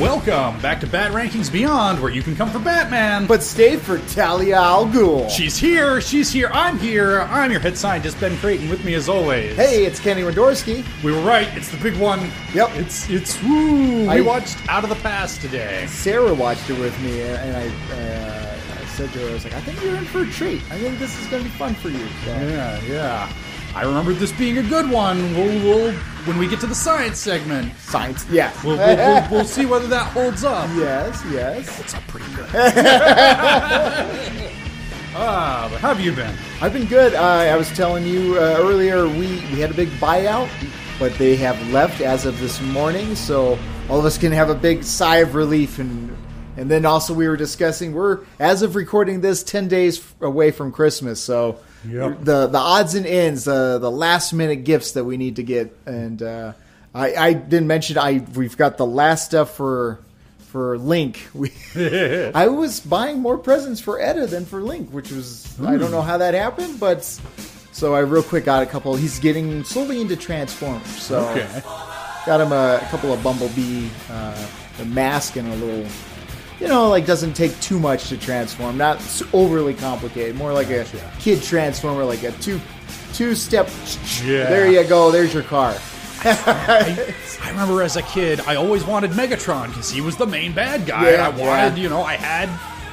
Welcome back to Bat Rankings Beyond, where you can come for Batman. But But stay for Talia Al Ghul. she's here, she's here, I'm here. I'm your head scientist, Ben Creighton, with me as always. hey, it's Kenny Wendorsky. We were right, it's the big one. Yep. It's, it's, woo. I- we watched Out of the Past today. Sarah watched it with me, and I, uh, I said to her, I was like, I think you're in for a treat. I think this is going to be fun for you. So, Yeah, yeah. I remembered this being a good one. We'll, we'll when we get to the science segment, Science. Yeah. we'll, we'll, we'll, we'll see whether that holds up. yes, yes. It's up pretty good. Ah, but how have you been? I've been good. Uh, I was telling you uh, earlier, we, we had a big buyout, but they have left as of this morning, so all of us can have a big sigh of relief. And and then also we were discussing we're as of recording this ten days f- away from Christmas, so Yep. the the odds and ends, the the last minute gifts that we need to get, and uh, I, I didn't mention I we've got the last stuff for. For Link, we, I was buying more presents for Etta than for Link, which was I don't know how that happened, but so I real quick got a couple. He's getting slowly into Transformers, so Okay. got him a, a couple of Bumblebee, uh, the mask, and a little, you know, like doesn't take too much to transform. Not s- overly complicated. More like a kid transformer, like a two two step. Yeah. There you go. There's your car. I remember as a kid, I always wanted Megatron because he was the main bad guy. Yeah, I wanted, yeah. you know, I had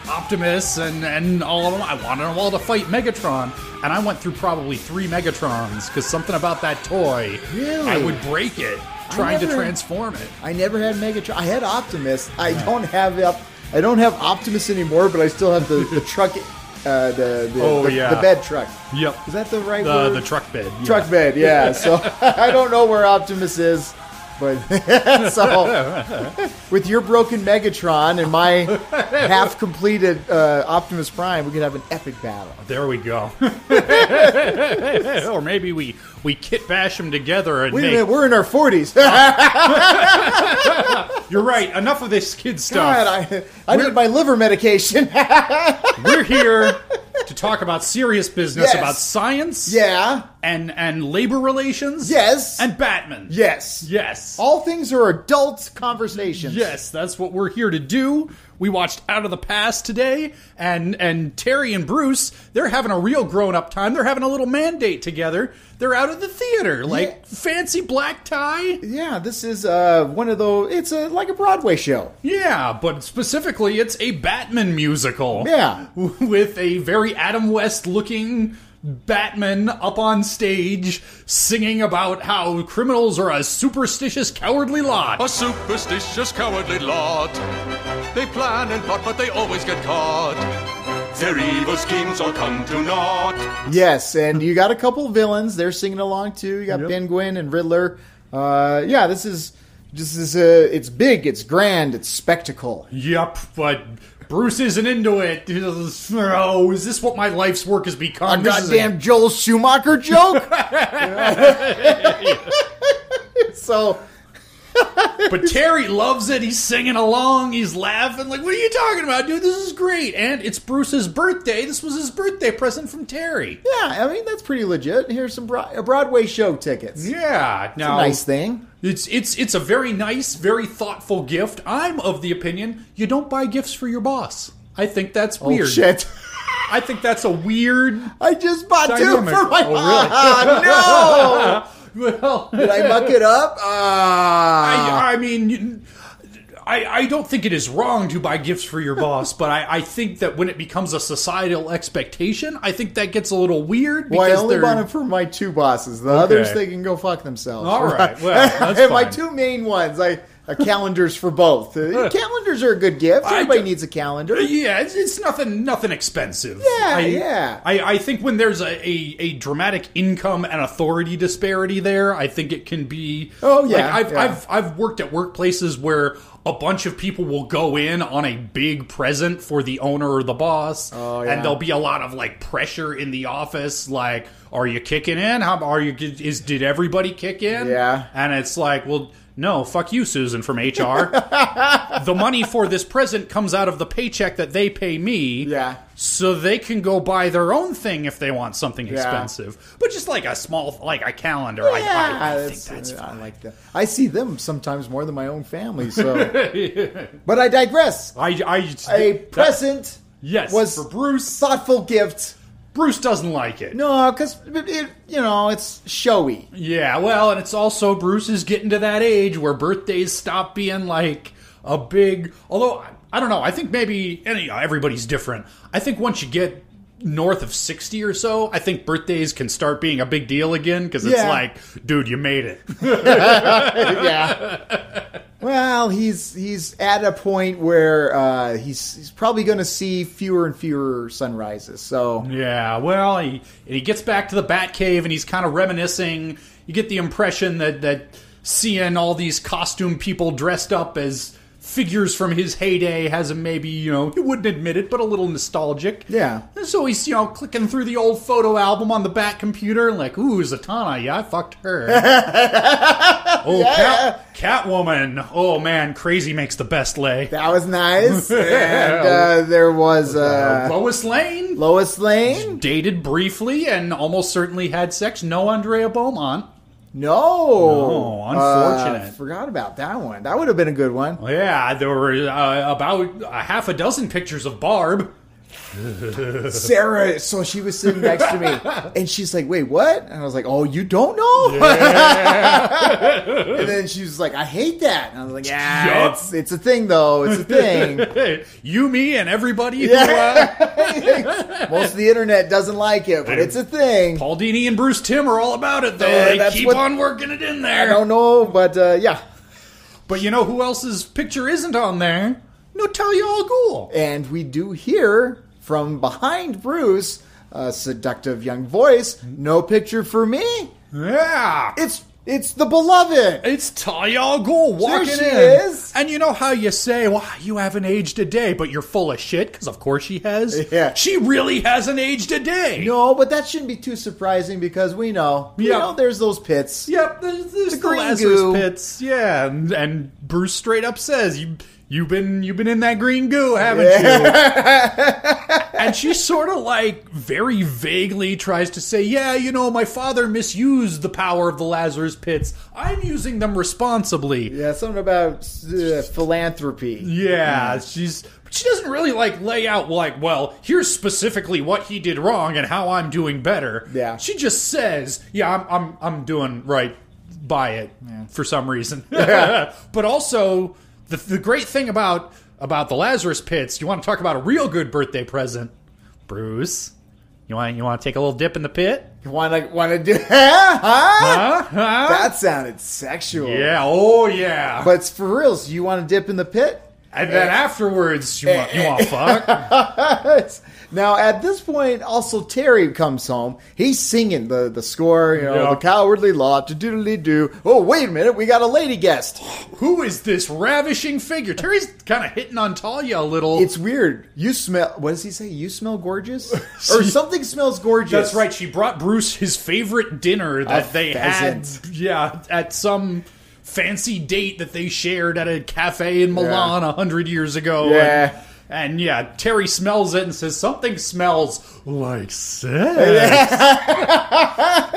Optimus and, and all of them. I wanted them all to fight Megatron. And I went through probably three Megatrons because something about that toy, Really? I would break it trying to never- transform it. I never had Megatron. I had Optimus. I don't have up. I don't have Optimus anymore, but I still have the, the truck, uh, the the, Oh, the, yeah. the bed truck. Yep. Is that the right The, word? the truck bed. yeah. truck bed. Yeah. So I don't know where Optimus is, but so with your broken Megatron and my half completed uh, Optimus Prime, we could have an epic battle. There we go. or maybe we we kit bash them together and Wait a make. minute, we're in our forties. God, You're right. Enough of this kid stuff. I, I need my liver medication. We're here to talk about serious business Yes. about science. yeah. and and labor relations. Yes. and Batman. yes. yes, All things are adult conversations. yes. That's what we're here to do. We watched Out of the Past today, and and Terry and Bruce they're having a real grown up time. They're having a little mandate together. They're out of the theater, like fancy black tie. Yeah, this is uh, one of those. It's a, like a Broadway show. Yeah, but specifically, it's a Batman musical. Yeah. with a very Adam West looking Batman up on stage singing about how criminals are a superstitious, cowardly lot. A superstitious, cowardly lot. They plan and plot, but they always get caught. Their evil schemes all come to naught. Yes, and you got a couple villains. They're singing along too. You got Ben Gwynn and Riddler. Uh, yeah, this is this is uh, it's big, it's grand, it's spectacle. Yep, but Bruce isn't into it. Oh, is this what my life's work has become? A This is Oh, goddamn Joel Schumacher joke. so But Terry loves it. He's singing along. He's laughing. Like, what are you talking about, dude? This is great. And it's Bruce's birthday. This was his birthday present from Terry. yeah, I mean that's pretty legit. Here's some Bro- Broadway show tickets. Oh, Yeah. Now, Nice thing. It's it's it's a very nice, very thoughtful gift. I'm of the opinion you don't buy gifts for your boss. I think that's Oh weird. shit. I think that's a weird. I just bought two for Dynamic. my Oh, really? Ah, no. uh, Well, Did I muck it up? Ah. I, I mean, you- I, I don't think it is wrong to buy gifts for your boss, but I, I think that when it becomes a societal expectation, I think that gets a little weird. well, I because only they're- bought it for my two bosses. The others, they can go fuck themselves. All right, well, that's and my fine. two main ones, I uh, calendars for both. Uh, calendars are a good gift. I Everybody d- needs a calendar. Uh, Yeah, it's, it's nothing nothing expensive. Yeah, I, yeah. I, I think when there's a, a, a dramatic income and authority disparity there, I think it can be. Oh, yeah, Like, I've yeah. I've I've worked at workplaces where a bunch of people will go in on a big present for the owner or the boss, Oh, yeah. and there'll be a lot of like pressure in the office, like. Are you kicking in? How are you? Is did everybody kick in? Yeah. and it's like, well, no, fuck you, Susan from HR. the money for this present comes out of the paycheck that they pay me. Yeah. so they can go buy their own thing if they want something expensive. But just like a small, like a calendar. I- I, I, think that's, that's uh, I like that. I see them sometimes more than my own family. So, but I digress. I, I, A that- present yes, was for Bruce. thoughtful gift. Bruce doesn't like it. No, because it, you know it's showy. Yeah, well, and it's also Bruce is getting to that age where birthdays stop being like a big. Although I- I don't know, I think maybe any everybody's different. I think once you get north of sixty or so, I think birthdays can start being a big deal again because it's Yeah. like, dude, you made it. yeah. Well, he's he's at a point where uh, he's he's probably going to see fewer and fewer sunrises. So Yeah, well, he, he gets back to the Batcave and he's kind of reminiscing. You get the impression that, that seeing all these costume people dressed up as figures from his heyday has him maybe, you know, he wouldn't admit it, but a little nostalgic. Yeah. And so he's, you know, clicking through the old photo album on the Bat computer and like, ooh, Zatanna, yeah, I fucked her. oh, Cat, Catwoman. Oh, man, crazy makes the best lay. that was nice. and uh, there was uh, Lois Lane. Lois Lane. dated briefly and almost certainly had sex. No Andrea Beaumont. No, No, unfortunate. Uh, forgot about that one. That would have been a good one. Yeah, there were uh, about a half a dozen pictures of Barb. Sarah. So she was sitting next to me, and she's like, "Wait, what?" And I was like, "Oh, you don't know." and then she was like, "I hate that." And I was like, "Yeah, Yup. it's it's a thing, though. It's a thing." you, me, and everybody. Who, uh, Most of the internet doesn't like it, but it's a thing. Paul Dini and Bruce Tim are all about it, though. Yeah, they that's keep what- on working it in I there. don't know, but uh, yeah. But you know who else's picture isn't on there? Natalia Al Ghul. And we do hear from behind Bruce a seductive young voice. No picture for me. Yeah. It's it's the beloved. It's Talia Al Ghul walking she in. is. And you know how you say, well, you haven't aged a day, but you're full of shit? Because of course she has. Yeah. She really hasn't aged a day. No, but that shouldn't be too surprising because we know, you Yeah. know, there's those pits. Yep, there's, there's the, green Lazarus goo. pits. Yeah, and, and Bruce straight up says, you, you've been you've been in that green goo, haven't you? and she sort of like very vaguely tries to say, yeah, you know, my father misused the power of the Lazarus pits. I'm using them responsibly. Yeah, something about uh, philanthropy. Yeah, she's she doesn't really like lay out like, well, here's specifically what he did wrong and how I'm doing better. Yeah. she just says, yeah, I'm I'm I'm doing right by it for some reason. but also the the great thing about about the Lazarus pits, you want to talk about a real good birthday present, Bruce. You want you want to take a little dip in the pit? You want to want to do? Huh? Huh? Huh? That sounded sexual. yeah. Oh yeah. but it's for reals. You want to dip in the pit? and then afterwards, you want you want fuck. now at this point, also Terry comes home. He's singing the, the score, you know, Yeah. the cowardly law, to doodly doo. Oh, wait a minute, we got a lady guest. Who is this ravishing figure? Terry's kind of hitting on Talia a little. It's weird. You smell. What does he say? You smell gorgeous, or something smells gorgeous. That's right. She brought Bruce his favorite dinner that they pheasant. had, yeah, at some fancy date that they shared at a cafe in Milan a hundred years ago. Yeah. And, and yeah, Terry smells it and says something smells like sex.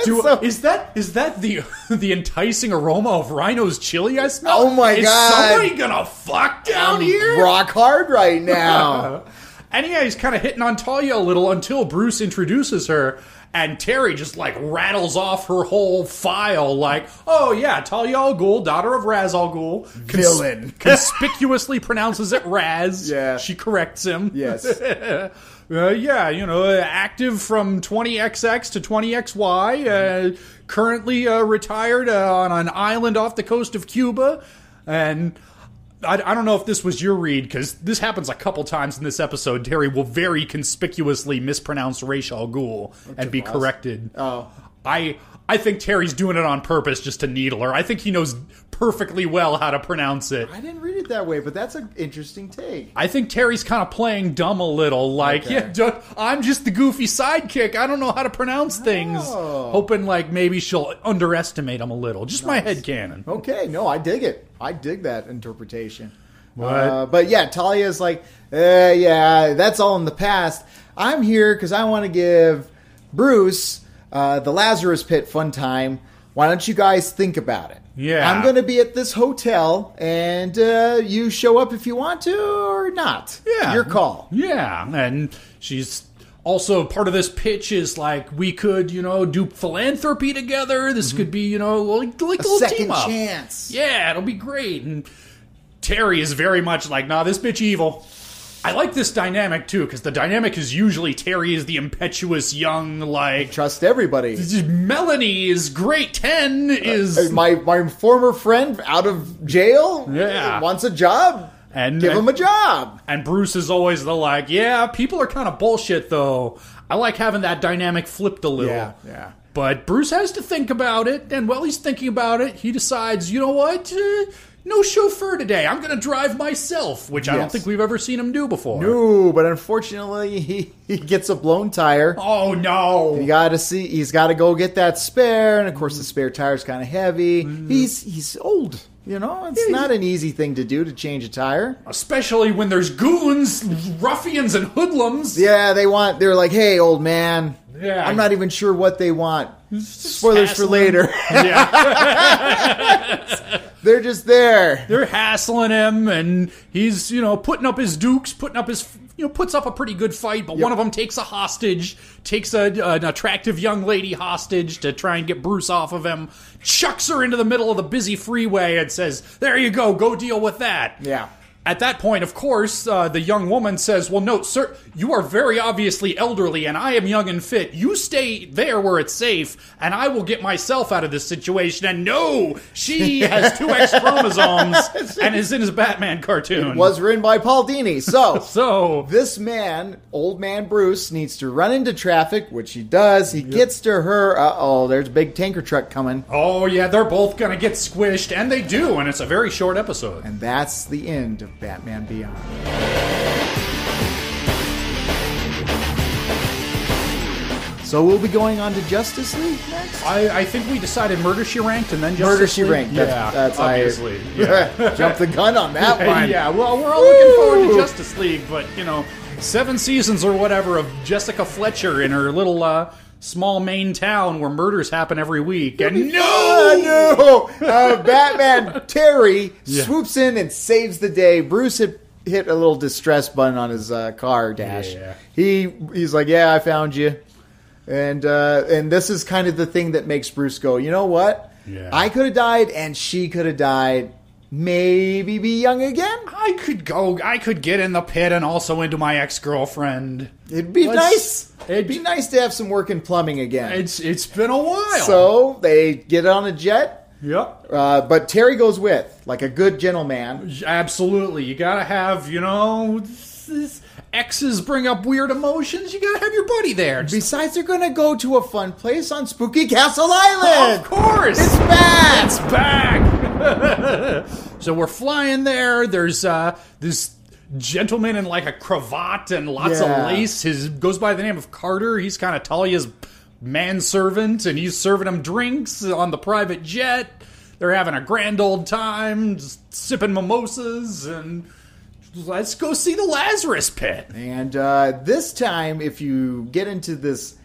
Do- is that is that the the enticing aroma of Rhino's chili I smell? Oh my is God. Um, Somebody gonna fuck down here? Rock hard right now. And yeah, he's kind of hitting on Talia a little until Bruce introduces her, and Terry just like rattles off her whole file, like, "Oh yeah, Talia Al Ghul, daughter of Raz Al Ghul, cons- Villain. conspicuously pronounces it Raz. Yeah. she corrects him. yes. Uh, yeah, you know, uh, active from 20XX to 20XY, uh, currently uh, retired uh, on an island off the coast of Cuba. And I, I don't know if this was your read, because this happens a couple times in this episode. Terry will very conspicuously mispronounce Ra's al Ghul and be corrected. Oh. I, I think Terry's doing it on purpose just to needle her. I think he knows perfectly well how to pronounce it. I didn't read it that way, but that's an interesting take. I think Terry's kind of playing dumb a little, like, Okay. yeah, don't, I'm just the goofy sidekick. I don't know how to pronounce things. Oh. Hoping, like, maybe she'll underestimate him a little. Just my head cannon. Okay, no, I dig it. I dig that interpretation. What? Uh, but yeah, Talia is like, eh, yeah, that's all in the past. I'm here because I want to give Bruce uh, the Lazarus Pit fun time. Why don't you guys think about it? Yeah. I'm going to be at this hotel, and uh, you show up if you want to or not. Yeah. Your call. Yeah, and she's also part of this pitch is like we could, you know, do philanthropy together. This could be, you know, like, like a little Mm-hmm. second team up. chance. Yeah, it'll be great. And Terry is very much like, nah, this bitch evil. I like this dynamic too because the dynamic is usually Terry is the impetuous young like. Trust everybody. Melanie is great. Uh, Ten is My my former friend out of jail Yeah. wants a job. and Give him a job. And Bruce is always the like, yeah, people are kind of bullshit though. I like having that dynamic flipped a little. Yeah, yeah. But Bruce has to think about it, and while he's thinking about it, he decides, you know what? Uh, no chauffeur today. I'm going to drive myself, which I don't Yes. think we've ever seen him do before. Ooh, but unfortunately, he, he gets a blown tire. Oh You no. gotta see. He's gotta go get that spare, and of course, the spare tire's kind of heavy. He's he's old. You know, it's not an easy thing to do to change a tire. Uh, Especially when there's goons, ruffians, and hoodlums. Yeah, they want. They're like, "Hey, old man. Yeah. I'm not even sure what they want. Just Spoilers for hassling. later. yeah. they're just there. they're hassling him and he's you know putting up his dukes putting up his you know puts up a pretty good fight but one of them takes a hostage takes a, an attractive young lady hostage to try and get bruce off of him chucks her into the middle of the busy freeway and says there you go go deal with that Yeah. at that point, of course, uh, the young woman says, Well, no, sir, you are very obviously elderly, and I am young and fit. You stay there where it's safe, and I will get myself out of this situation. And no, she has two X chromosomes and is in his Batman cartoon. Was written by Paul Dini. So so. this man, old man Bruce, needs to run into traffic, which he does. He gets to her. Uh oh, there's a big tanker truck coming. Oh, yeah, they're both going to get squished, and they do, and it's a very short episode. And that's the end of Batman Beyond. So we'll be going on to Justice League next. I, I think we decided Murder She Ranked and then just. Murder She Ranked. Yeah, That's, that's I- obviously. Yeah. Jump the gun on that one. Yeah, well, we're all looking forward to Woo! Justice League, but you know, seven seasons or whatever of Jessica Fletcher in her little uh, small Maine town where murders happen every week, and Oh, no, no! Uh, Batman Terry swoops in and saves the day. Bruce had hit a little distress button on his uh, car dash. Yeah. He he's like, "Yeah, I found you," and uh, and this is kind of the thing that makes Bruce go, "You know what? Yeah. I could have died, and she could have died. Maybe be young again. I could go, I could get in the pit and also into my ex girlfriend. It'd be Let's- nice. It'd be nice to have some work in plumbing again." It's it's been a while. So they get on a jet. yep, Uh, but Terry goes with, like a good gentleman. absolutely. You gotta have you know. this is- Exes bring up weird emotions. You gotta have your buddy there. Just- Besides, they're gonna go to a fun place on Spooky Castle of Island. course, It's bad. It's back. so we're flying there. There's uh, this gentleman in like a cravat and lots of Yeah. lace. His goes by the name of Carter. He's kind of Talia's manservant, and he's serving him drinks on the private jet. They're having a grand old time, just sipping mimosas, and let's go see the Lazarus Pit. And uh, this time, if you get into this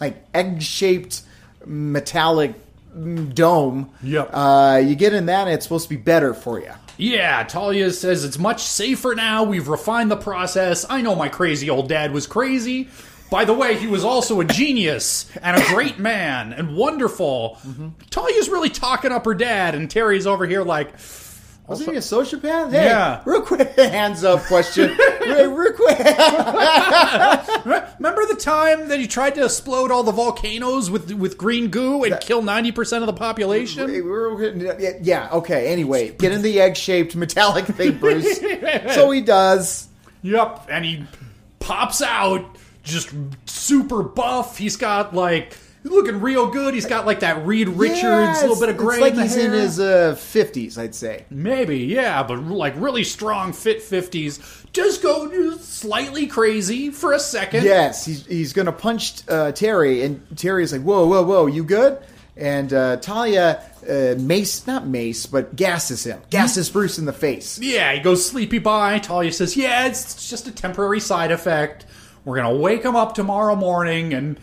like egg-shaped metallic mm, dome, Yep. uh, you get in that, and it's supposed to be better for you. Yeah, Talia says it's much safer now. We've refined the process. I know my crazy old dad was crazy. By the way, he was also a genius and a great man and wonderful. Talia's really talking up her dad, and Terry's over here like, Was he a sociopath? Hey, Yeah. real quick, hands up question. real, real quick. "Eh, remember the time that he tried to explode all the volcanoes with with green goo and kill ninety percent of the Hey, population? we're- we're- yeah, yeah, okay, anyway. Get in the egg shaped metallic thing, Bruce. so he does. Yep, and he pops out just super buff. He's got like. he's Looking real good. He's got like that Reed Richards, Yeah, little bit of it's- gray. It's like in the he's in hair. his uh, 50s, I'd say. Maybe, yeah, but like really strong, fit 50s. Just go do slightly crazy for a second. Yes, he's, he's going to punch uh, Terry, and Terry's like, whoa, whoa, whoa, you good? And uh, Talia uh, mace, not mace, but gasses him, gasses Bruce in the face. Yeah, he goes sleepy by. Talia says, Yeah, it's, it's just a temporary side effect. We're going to wake him up tomorrow morning. And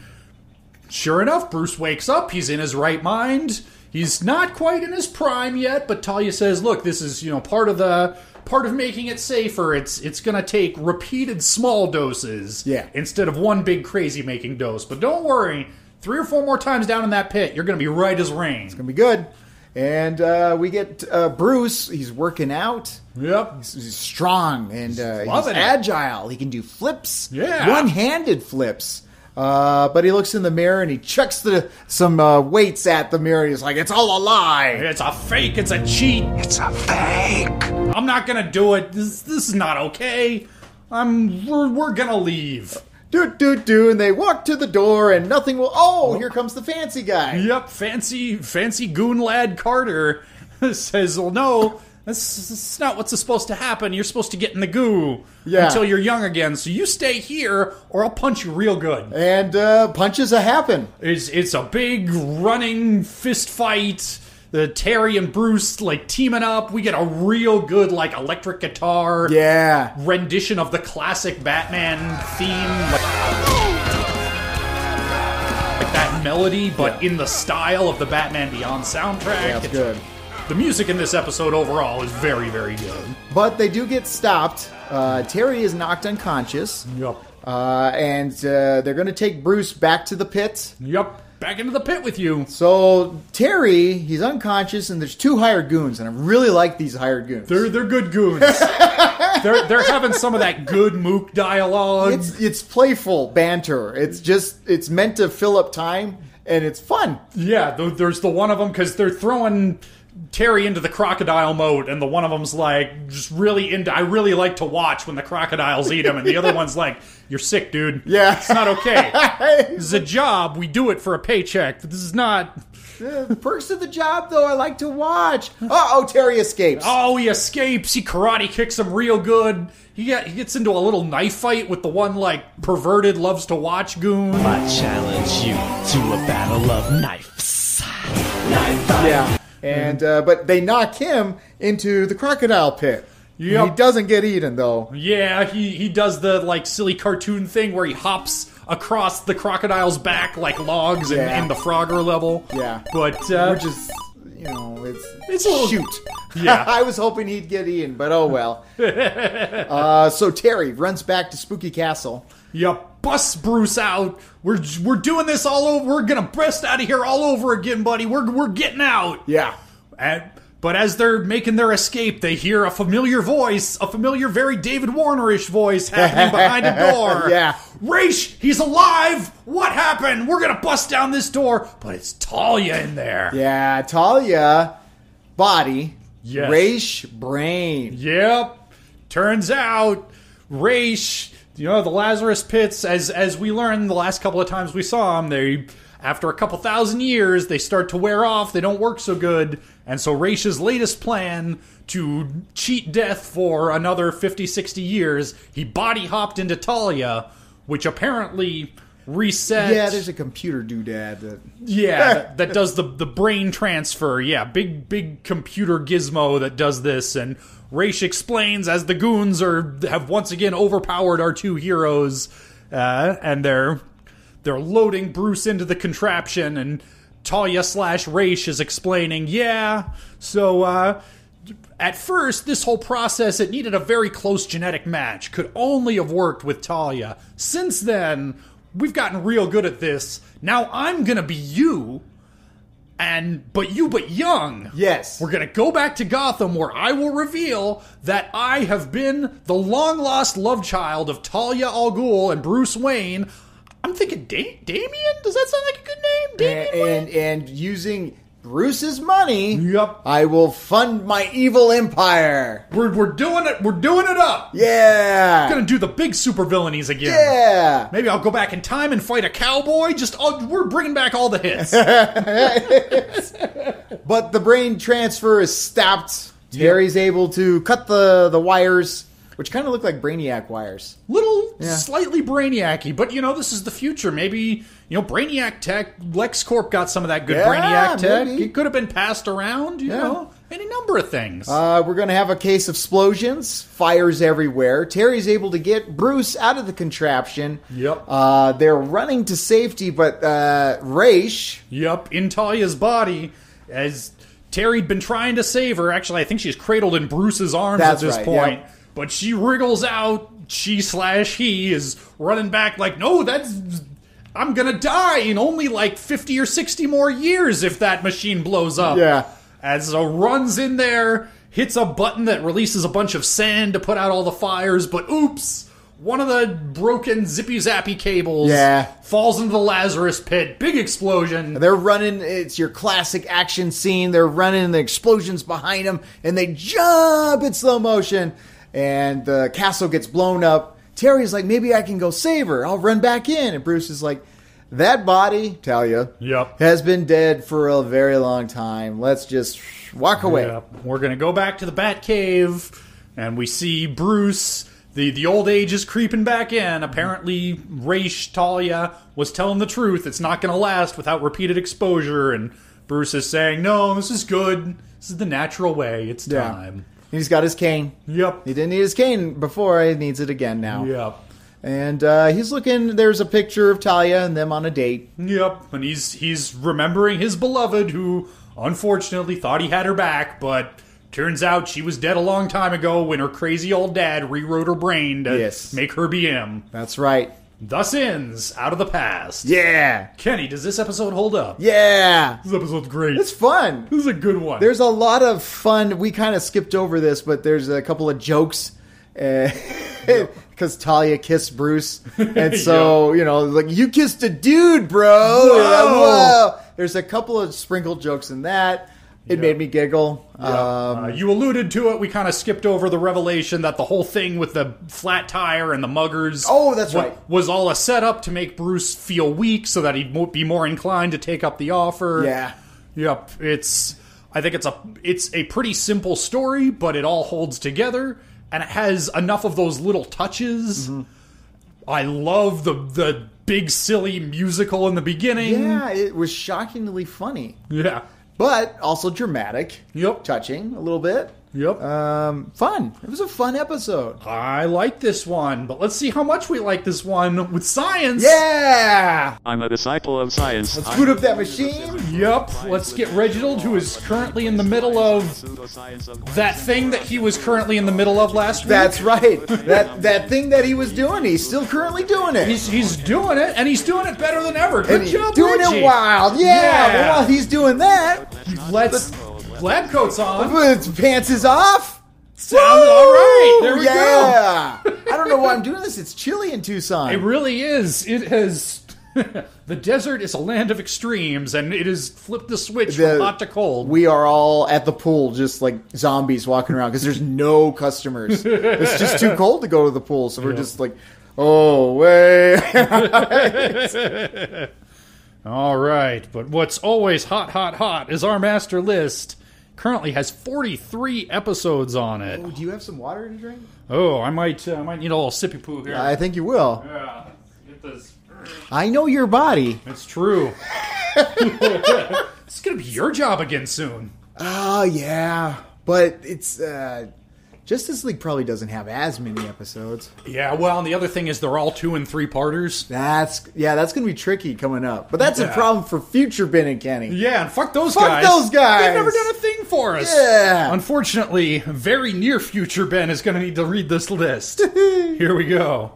sure enough, Bruce wakes up. He's in his right mind. He's not quite in his prime yet, but Talia says, Look, this is, you know, part of the. Part of making it safer, it's it's gonna take repeated small doses, Yeah. instead of one big crazy making dose. But don't worry, three or four more times down in that pit, you're gonna be right as rain. Gonna be good. And uh, we get uh, Bruce. He's working out. Yep, He's- He's strong and uh, he's loving it. agile. He can do flips, Yeah. one-handed flips. Uh, but he looks in the mirror and he chucks the some uh, weights at the mirror. He's like, "It's all a lie." it's a fake, it's a cheat. It's a fake. I'm not gonna do it. This this is not okay. I'm we're, we're gonna leave. Do do do, and they walk to the door, and nothing will. Oh, here comes the fancy guy. Yep, fancy fancy goon lad Carter says, "Well, no, that's, that's not what's supposed to happen. You're supposed to get in the goo Yeah. until you're young again. So you stay here, or I'll punch you real good." And uh, punches a happen. It's it's a big running fist fight. The Terry and Bruce like teaming up. We get a real good like electric guitar Yeah, rendition of the classic Batman theme, like, like that melody, but in the style of the Batman Beyond soundtrack. that's It's- good. The music in this episode overall is very, very good. But they do get stopped. Uh, Terry is knocked unconscious. Yep. Uh, and uh, they're going to take Bruce back to the pit. Yep. Back into the pit with you. So Terry, he's unconscious, and there's two hired goons, and I really like these hired goons. They're they're good goons. they're they're having some of that good mook dialogue. it's it's playful banter. It's just it's meant to fill up time, and it's fun. Yeah, th- there's the one of them because they're throwing Terry into the crocodile mode, and the one of them's like, just really into. I really like to watch when the crocodiles eat him, and the other one's like, "You're sick, dude. Yeah. it's not okay. this is a job. We do it for a paycheck. But this is not. The perks of the job, though, I like to watch. Uh oh, Terry escapes. Oh, he escapes. He karate kicks him real good. He get, he gets into a little knife fight with the one like perverted loves to watch goon. I challenge you to a battle of knives. Yeah. And uh, but they knock him into the crocodile pit. Yep. He doesn't get eaten though. Yeah, he he does the like silly cartoon thing where he hops across the crocodile's back like logs in, Yeah. in the Frogger level. Yeah. but uh, Which is you know, it's It's a little- shoot. yeah, I was hoping he'd get eaten, but oh well. uh, so Terry runs back to Spooky Castle. yeah, bust Bruce out. We're we're doing this all over. We're gonna bust out of here all over again, buddy. We're we're getting out. Yeah. And, but as they're making their escape, they hear a familiar voice, a familiar, very David Warner-ish voice happening behind a door. Yeah. Raish, he's alive. What happened? We're gonna bust down this door, but it's Talia in there. Yeah, Talia, body, Yes. Raish, brain. Yep. Turns out, Raish, you know, the Lazarus pits, as as we learned the last couple of times we saw them, they after a couple thousand years, they start to wear off, they don't work so good, and so Raish's latest plan to cheat death for another 50, 60 years, he body hopped into Talia, which apparently resets Yeah, there's a computer doodad that. yeah, that, that does the the brain transfer. Yeah, big big computer gizmo that does this. And Raish explains as the goons are have once again overpowered our two heroes, uh, and they're they're loading Bruce into the contraption. And Talia slash Raish is explaining, yeah, so. uh at first, this whole process it needed a very close genetic match. Could only have worked with Talia. Since then, we've gotten real good at this. Now I'm gonna be you, and but you but young. Yes. We're gonna go back to Gotham where I will reveal that I have been the long lost love child of Talia al Ghul and Bruce Wayne. I'm thinking da- Damien? Does that sound like a good name? Damien Wayne? and, and using Bruce's money, Yup. I will fund my evil empire. We're, we're doing it we're doing it up. Yeah. Gonna do the big supervillainies again. yeah. Maybe I'll go back in time and fight a cowboy. Just all, we're bringing back all the hits. But the brain transfer is stopped. Terry's able to cut the, the wires, which kind of look like Brainiac wires. Little, slightly brainiacy, but you know this is the future. Maybe You know, Brainiac Tech, LexCorp got some of that good Yeah, Brainiac Tech. maybe. It could have been passed around, you Yeah. know, any number of things. Uh, we're going to have a case of explosions, fires everywhere. Terry's able to get Bruce out of the contraption. Yep. Uh, they're running to safety, but uh, Raish, Yep, in Talia's body, as Terry'd been trying to save her. Actually, I think she's cradled in Bruce's arms That's at this right, point. yep. But she wriggles out. She slash he is running back like, no, that's. I'm gonna die in only like 50 or 60 more years if that machine blows up. Yeah. As a runs in there, hits a button that releases a bunch of sand to put out all the fires, but oops! One of the broken zippy zappy cables Yeah. falls into the Lazarus pit. Big explosion. they're running. It's your classic action scene. They're running, the explosions behind them, and they jump in slow motion, and the castle gets blown up. Terry's like, maybe I can go save her. I'll run back in. And Bruce is like, that body, Talia, Yep. has been dead for a very long time. Let's just walk away. Yeah, we're gonna go back to the Bat Cave, and we see Bruce. the The old age is creeping back in. Apparently, Raish Talia was telling the truth. It's not gonna last without repeated exposure. And Bruce is saying, "No, this is good. This is the natural way. It's Yeah. time." He's got his cane. Yep. He didn't need his cane before. He needs it again now. Yep. And uh, he's looking. There's a picture of Talia and them on a date. Yep. And he's he's remembering his beloved, who unfortunately thought he had her back, but. Turns out she was dead a long time ago when her crazy old dad rewrote her brain to Yes. make her be him. That's right. Thus ends Out of the Past. Yeah. Kenny, does this episode hold up? Yeah. This episode's great. It's This, fun. is a good one. There's a lot of fun. We kind of skipped over this, but there's a couple of jokes. Because Talia kissed Bruce. And so, you know, like, you kissed a dude, bro. Whoa. And I'm, "Whoa." There's a couple of sprinkled jokes in that. It Yeah. made me giggle. Um, Uh, you alluded to it. We kind of skipped over the revelation that the whole thing with the flat tire and the muggers. Oh, that's wa- right. Was all a setup to make Bruce feel weak so that he'd mo- be more inclined to take up the offer. Yeah. Yep. It's. I think it's a it's a pretty simple story, but it all holds together and it has enough of those little touches. Mm-hmm. I love the the big silly musical in the beginning. Yeah, it was shockingly funny, Yeah. but also dramatic. Yep. Touching a little bit. Yep. Hmm. Um, fun. It was a fun episode. I like this one, but let's see how much we like this one with science. Yeah. I'm a disciple of science. Let's boot up that machine. Yep. Let's get Reginald, who is currently in the middle of that thing that he was currently in the middle of last week. That's right. That that thing that he was doing, he's still currently doing it. He's, he's doing it, and he's doing it better than ever. Good And he's job, doing Reggie. it wild. Yeah. Yeah. but While he's doing that, Let's lab coats on. his pants is off. Sounds all right. There we go. yeah. I don't know why I'm doing this. It's chilly in Tucson. It really is. It has. the desert is a land of extremes, and it has flipped the switch from The- hot to cold. we are all at the pool just like zombies walking around because there's no customers. it's just too cold to go to the pool, so we're just like, oh way. All right, but what's always hot, hot, hot is our master list. Currently has 43 episodes on it. Do you have some water to drink? Oh, I might, uh, I might need a little sippy poo here. I think you will. yeah, get this. I know your body. It's true. it's gonna be your job again soon. Oh yeah, but it's uh, Justice League probably doesn't have as many episodes. Yeah, well, and the other thing is they're all two and three parters. That's yeah, that's gonna be tricky coming up. But that's Yeah. a problem for future Ben and Kenny. Yeah, and fuck those Fuck guys. those guys. They've never done a thing for us. Yeah. Unfortunately, very near future Ben is gonna need to read this list. here we go.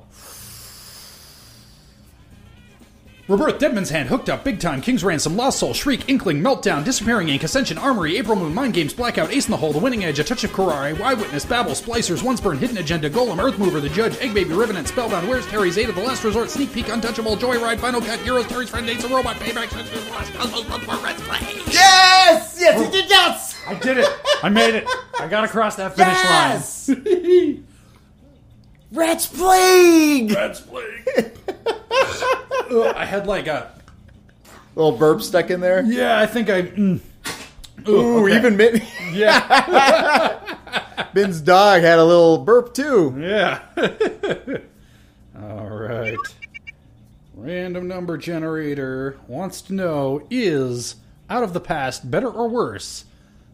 Robert Deadman's Hand, Hooked Up, Big Time, King's Ransom, Lost Soul, Shriek, Inkling, Meltdown, Disappearing Ink, Ascension, Armory, April Moon, Mind Games, Blackout, Ace in the Hole, The Winning Edge, A Touch of Karari, Witness, Babel, Splicers, Oneburn, Hidden Agenda, Golem, Earth Mover, The Judge, Egg Baby, Revenant, Spellbound, Where's Terry's Aid of the Last Resort, Sneak Peek, Untouchable, Joyride, Final Cut, Heroes, Terry's Friend, Nate's a Robot, Payback, Senses, Lost, Puzzles, Look for Rest Play. Yes, yes, Oh. yes, yes, yes. I did it. I made it. I got across that finish Yes! line. Rat's plague. That's playing. I had like a. Little burp stuck in there. Yeah, I think I. Mm. Ooh, okay. even Ben, Yeah. Ben's dog had a little burp too. Yeah. All right. Random number generator wants to know is Out of the Past better or worse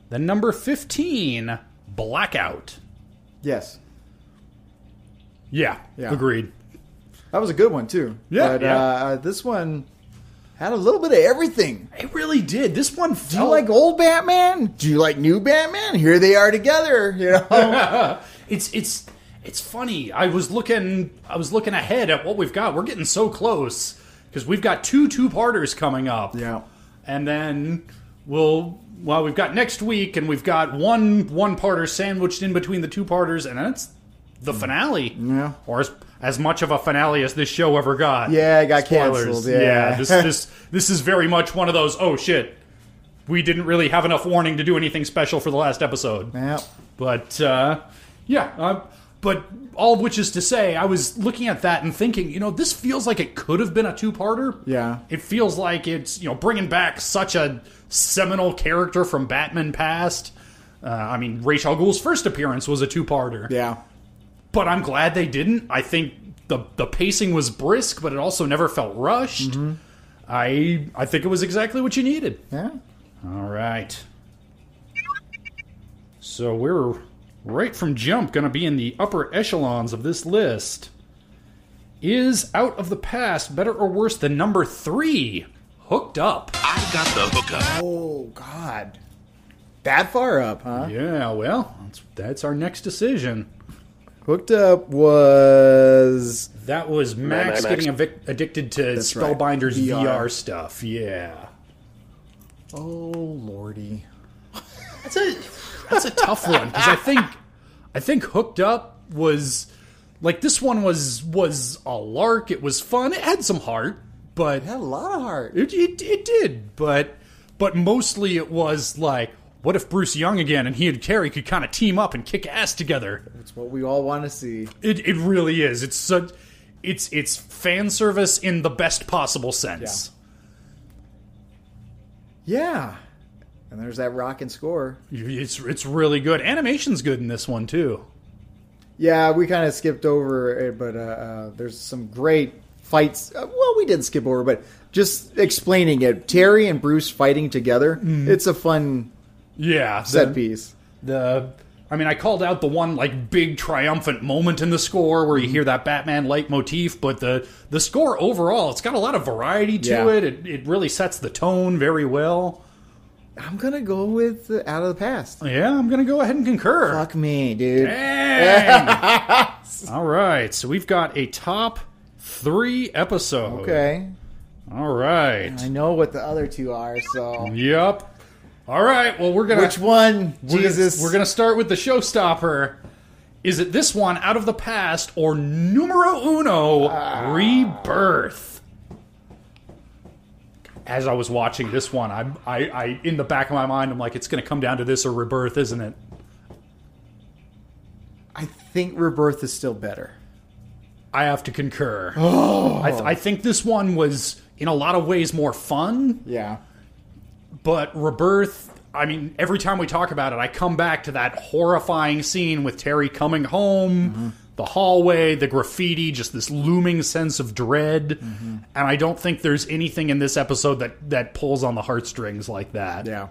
than number 15, Blackout? Yes. Yeah, Yeah. agreed. That was a good one too. Yeah, but, yeah. Uh, this one had a little bit of everything. It really did. This one felt. Do you like old Batman? Do you like new Batman? Here they are together. You know, It's it's it's funny. I was looking I was looking ahead at what we've got. We're getting so close because we've got two two-parters coming up. Yeah. And then we'll well we've got next week and we've got one one-parter sandwiched in between the two-parters and that's the finale. Mm. Yeah. Or as, as much of a finale as this show ever got. Yeah, it got Spoilers. canceled, yeah. this this this is very much one of those oh shit. We didn't really have enough warning to do anything special for the last episode. yeah. But uh, yeah, uh, but all of which is to say, I was looking at that and thinking, you know, this feels like it could have been a two-parter. Yeah. it feels like it's you know bringing back such a seminal character from Batman past. Uh, I mean, Rachel Ghoul's first appearance was a two-parter. yeah. But I'm glad they didn't. I think the the pacing was brisk, but it also never felt rushed. Mm-hmm. I I think it was exactly what you needed. Yeah. All right. So we're right from jump going to be in the upper echelons of this list. Is Out of the Past better or worse than number three? Hooked Up. I got the hookup. Oh God, that far up, huh? Yeah, well, that's, that's our next decision. Hooked up was That was Max, Max. getting evic- addicted to right. Spellbinder's VR. VR stuff. Yeah. oh lordy. That's a that's a tough one because I think I think Hooked Up was like this one was was a lark. It was fun. It had some heart, but Had a lot of heart. it, it, it did. But but mostly it was like, what if Bruce Young again and he and Carrie could kind of team up and kick ass together? It's what we all want to see. It it really is. It's such it's it's fan service in the best possible sense. Yeah. And there's that rock and score. It's it's really good. Animation's good in this one too. Yeah, we kind of skipped over it, but uh, uh, there's some great fights. Uh, well, we didn't skip over, but just explaining it. Terry and Bruce fighting together. It's a fun Yeah, set the- piece. the I mean, I called out the one like big triumphant moment in the score where you Mm-hmm. hear that Batman leitmotif, but the the score overall, it's got a lot of variety to Yeah. it. it. It really sets the tone very well. I'm gonna go with uh, Out of the Past. Yeah, I'm gonna go ahead and concur. Fuck me, dude. Dang. All right, so we've got a top three episode. Okay, All right. I know what the other two are. So Yep. All right. Well, we're gonna which one? We're gonna- Jesus, we're gonna start with the showstopper. Is it this one, Out of the Past, or Numero Uno, Ah. Rebirth? As I was watching this one, I, I, I, in the back of my mind, I'm like, it's gonna come down to this or Rebirth, isn't it? I think Rebirth is still better. I have to concur. Oh. I, th- I think this one was, in a lot of ways, more fun. Yeah, but rebirth i mean every time we talk about it i come back to that horrifying scene with terry coming home Mm-hmm. the hallway the graffiti just this looming sense of dread Mm-hmm. and i don't think there's anything in this episode that that pulls on the heartstrings like that yeah.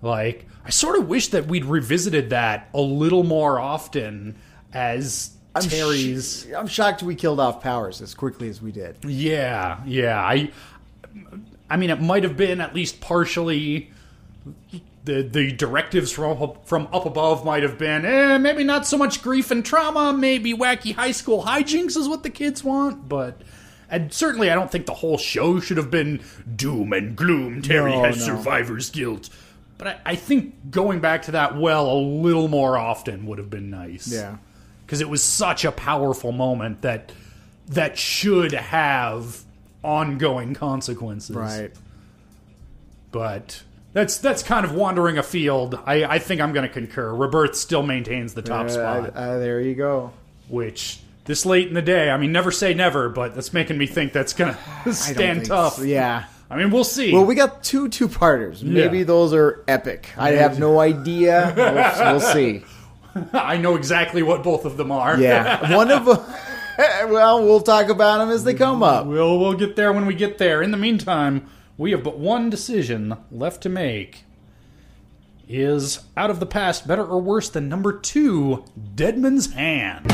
like i sort of wish that we'd revisited that a little more often as sh- terry's I'm shocked we killed off Powers as quickly as we did. Yeah, yeah. I, I mean, it might have been at least partially. The the directives from from up above might have been, eh, maybe not so much grief and trauma, maybe wacky high school hijinks is what the kids want, but. And certainly, I don't think the whole show should have been doom and gloom. Terry No, has no. survivor's guilt, but I, I think going back to that well a little more often would have been nice Yeah. because it was such a powerful moment that that should have ongoing consequences. Right. But that's that's kind of wandering afield. I, I think I'm going to concur. Rebirth still maintains the top Uh, spot, uh, there you go. which this late in the day, I mean, never say never, but that's making me think that's going to I don't stand think tough. so. Yeah. I mean, we'll see. Well, we got two two parters. Maybe Yeah. those are epic. I have no idea. We'll, we'll see. I know exactly what both of them are. Yeah, one of them. well, we'll talk about them as they come up. We'll we'll get there when we get there. In the meantime, we have but one decision left to make. Is out of the past better or worse than number two, Deadman's Hand?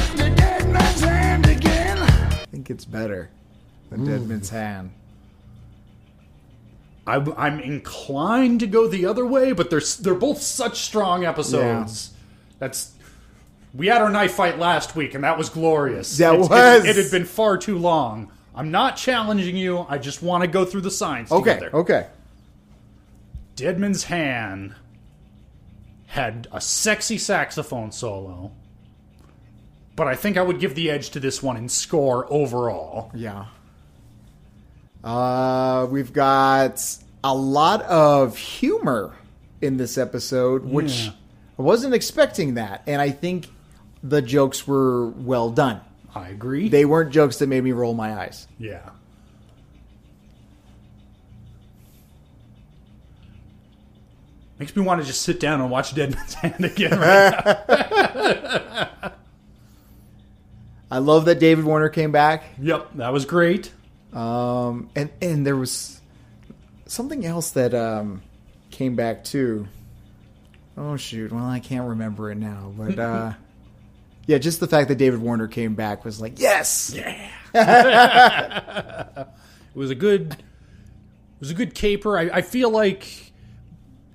I think it's better than Deadman's Hand. I, am inclined to go the other way, but they're s- they're both such strong episodes. That's we had our knife fight last week, and that was glorious. That It- it- was. It, had been far too long. I'm not challenging you. I just want to go through the science. Okay, together. okay. Deadman's Hand had a sexy saxophone solo, but I think I would give the edge to this one in score overall. Yeah. Uh, we've got a lot of humor in this episode, which Yeah. I wasn't expecting that, and I think the jokes were well done. I agree. They weren't jokes that made me roll my eyes. yeah. Makes me want to just sit down and watch Deadman's Hand again. Right? I love that David Warner came back, yep, that was great. um, and and there was something else that um, came back too. Oh shoot! Well, I can't remember it now, but uh, yeah, just the fact that David Warner came back was like, yes, Yeah. it was a good it was a good caper. I, I feel like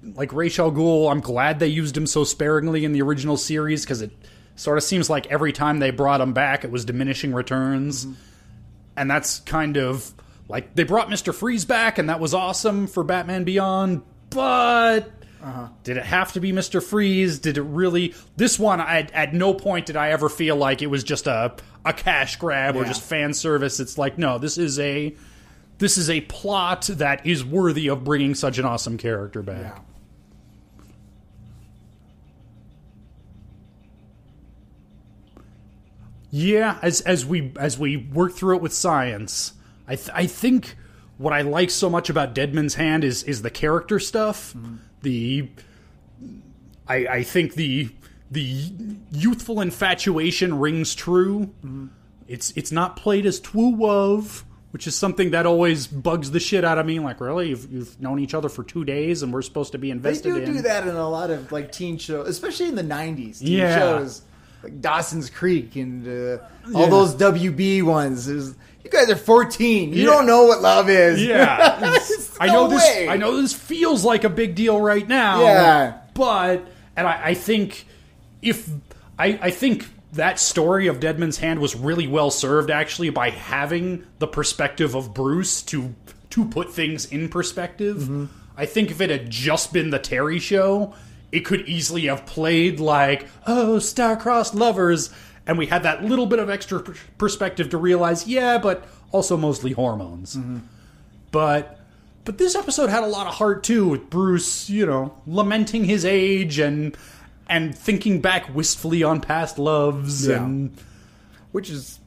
like Ra's al Ghul, I'm glad they used him so sparingly in the original series because it sort of seems like every time they brought him back, it was diminishing returns, and that's kind of like they brought Mister Freeze back, and that was awesome for Batman Beyond, but. Did it have to be Mr. Freeze? Did it really? This one, I, at no point did I ever feel like it was just a a cash grab or Yeah. just fan service. It's like no, this is a this is a plot that is worthy of bringing such an awesome character back. Yeah, as as we as we work through it with science, I th- I think what I like so much about Deadman's Hand is is the character stuff. Mm-hmm. The I I think the the youthful infatuation rings true. Mm-hmm. It's it's not played as two wove, which is something that always bugs the shit out of me. Like, really, you've, you've known each other for two days, and we're supposed to be They invested. do in. do that in a lot of like teen shows, especially in the '90s. Teen Yeah. shows like Dawson's Creek and uh, all Yeah. those WB ones. It was, you guys are 14. You Yeah. don't know what love is. Yeah, It's I know no this. way. I know this feels like a big deal right now. Yeah. but and I, I think if I, I think that story of Deadman's Hand was really well served actually by having the perspective of Bruce to to put things in perspective. Mm-hmm. I think if it had just been the Terry show, it could easily have played like oh star-crossed lovers. And we had that little bit of extra per- perspective to realize, yeah, but also mostly hormones but but this episode had a lot of heart too with bruce you know lamenting his age and and thinking back wistfully on past loves Yeah. and Which is,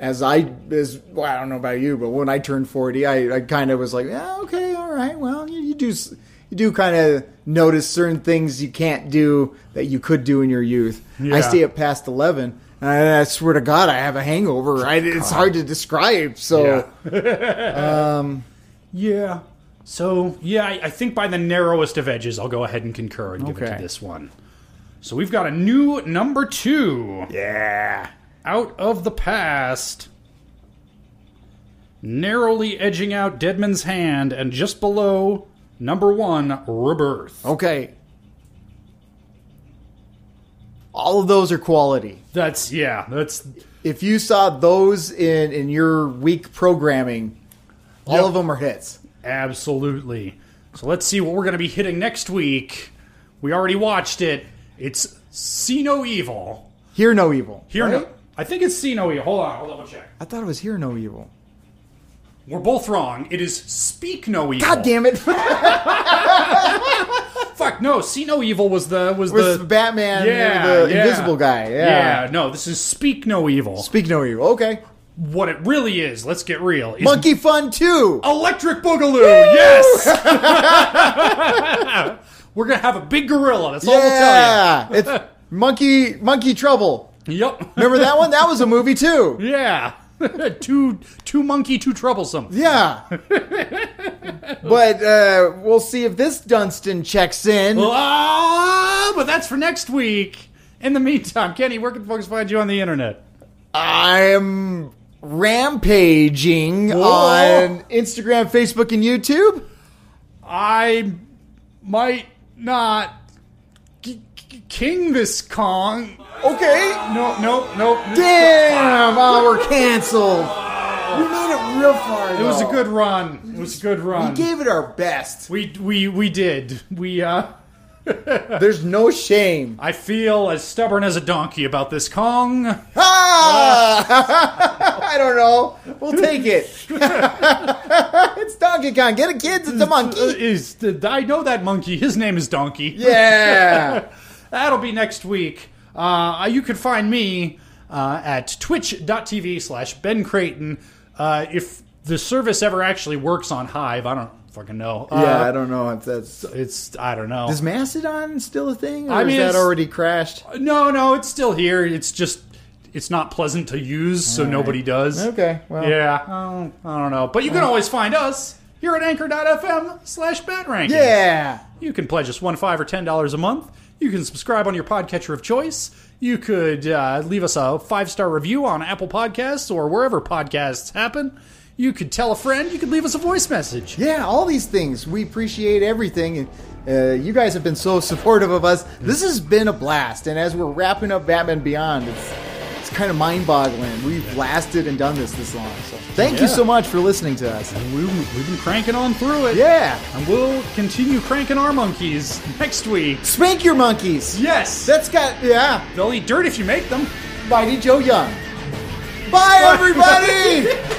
as I as well, I don't know about you, but when I turned 40, I, I kind of was like, yeah, okay, all right. Well, you, you do s- you do kind of notice certain things you can't do that you could do in your youth. I Yeah. stay up past 11. And I I swear to God, I have a hangover. I, it's hard to describe. So, yeah so yeah I, I think by the narrowest of edges i'll go ahead and concur and give it Okay. to this one so we've got a new number two Yeah. out of the past narrowly edging out deadman's hand and just below number one rebirth Okay. All of those are quality. that's yeah that's If you saw those in in your week programming, all Yep. of them are hits. Absolutely. So let's see what we're going to be hitting next week. We already watched it. It's See No Evil. Hear no evil. Here, right? no. I think it's See No Evil. Hold on, I'll double check. I thought it was hear no evil. We're both wrong. It is Speak No Evil. God damn it! Fuck no. See No Evil was the was, was the Batman, yeah, the yeah. invisible guy. Yeah. Yeah. No, this is Speak No Evil. Speak no evil. Okay. what it really is. Let's get real. Is Monkey Fun too. Oh, Electric Boogaloo. Yes. we're gonna have a big gorilla. That's all we'll tell you. yeah. it's monkey monkey trouble. Yep. Remember that one? That was a movie too. Yeah. too too monkey, too troublesome. Yeah. but uh, we'll see if this Dunstan checks in. Ah, but that's for next week. In the meantime, Kenny, where can folks find you on the internet? I'm rampaging on Instagram, Facebook, and YouTube. I might not k- k- king this Kong. Okay. No, no, no. Damn! Oh, we're canceled. We made it real far. It was a good run. It was a good run. We gave it our best. we we we did. We uh There's no shame. I feel as stubborn as a donkey about this Kong. Ah! I don't know. We'll take it. it's Donkey Kong. Get it, kids. It's a monkey. Is I know that monkey. His name is Donkey. Yeah. That'll be next week. Uh, you can find me uh, at twitch.tv slash Ben Creighton. Uh, if the service ever actually works on Hive, I don't fucking know. Uh, Yeah, I don't know if that's It's, I don't know. is Mastodon still a thing, or I mean, is it's- that already crashed? Uh, no, no, it's still here. It's just, it's not pleasant to use, so nobody does. Okay, well, Yeah, I don't, I don't know. But you can always find us here at anchor.fm slash batrank. yeah. You can pledge us one, five, or ten dollars a month. You can subscribe on your podcatcher of choice. You could uh, leave us a five star review on Apple Podcasts or wherever podcasts happen. You could tell a friend. You could leave us a voice message. Yeah, all these things. We appreciate everything. And uh, you guys have been so supportive of us. This has been a blast. And as we're wrapping up Batman Beyond, it's, it's kind of mind boggling. We've lasted and done this this long. So thank you Yeah. so much for listening to us. We, we've been cranking on through it. Yeah. And we'll continue cranking our monkeys next week. Spank your monkeys. Yes. That's got, yeah, They'll eat dirt if you make them. Mighty Joe Young. Bye, everybody.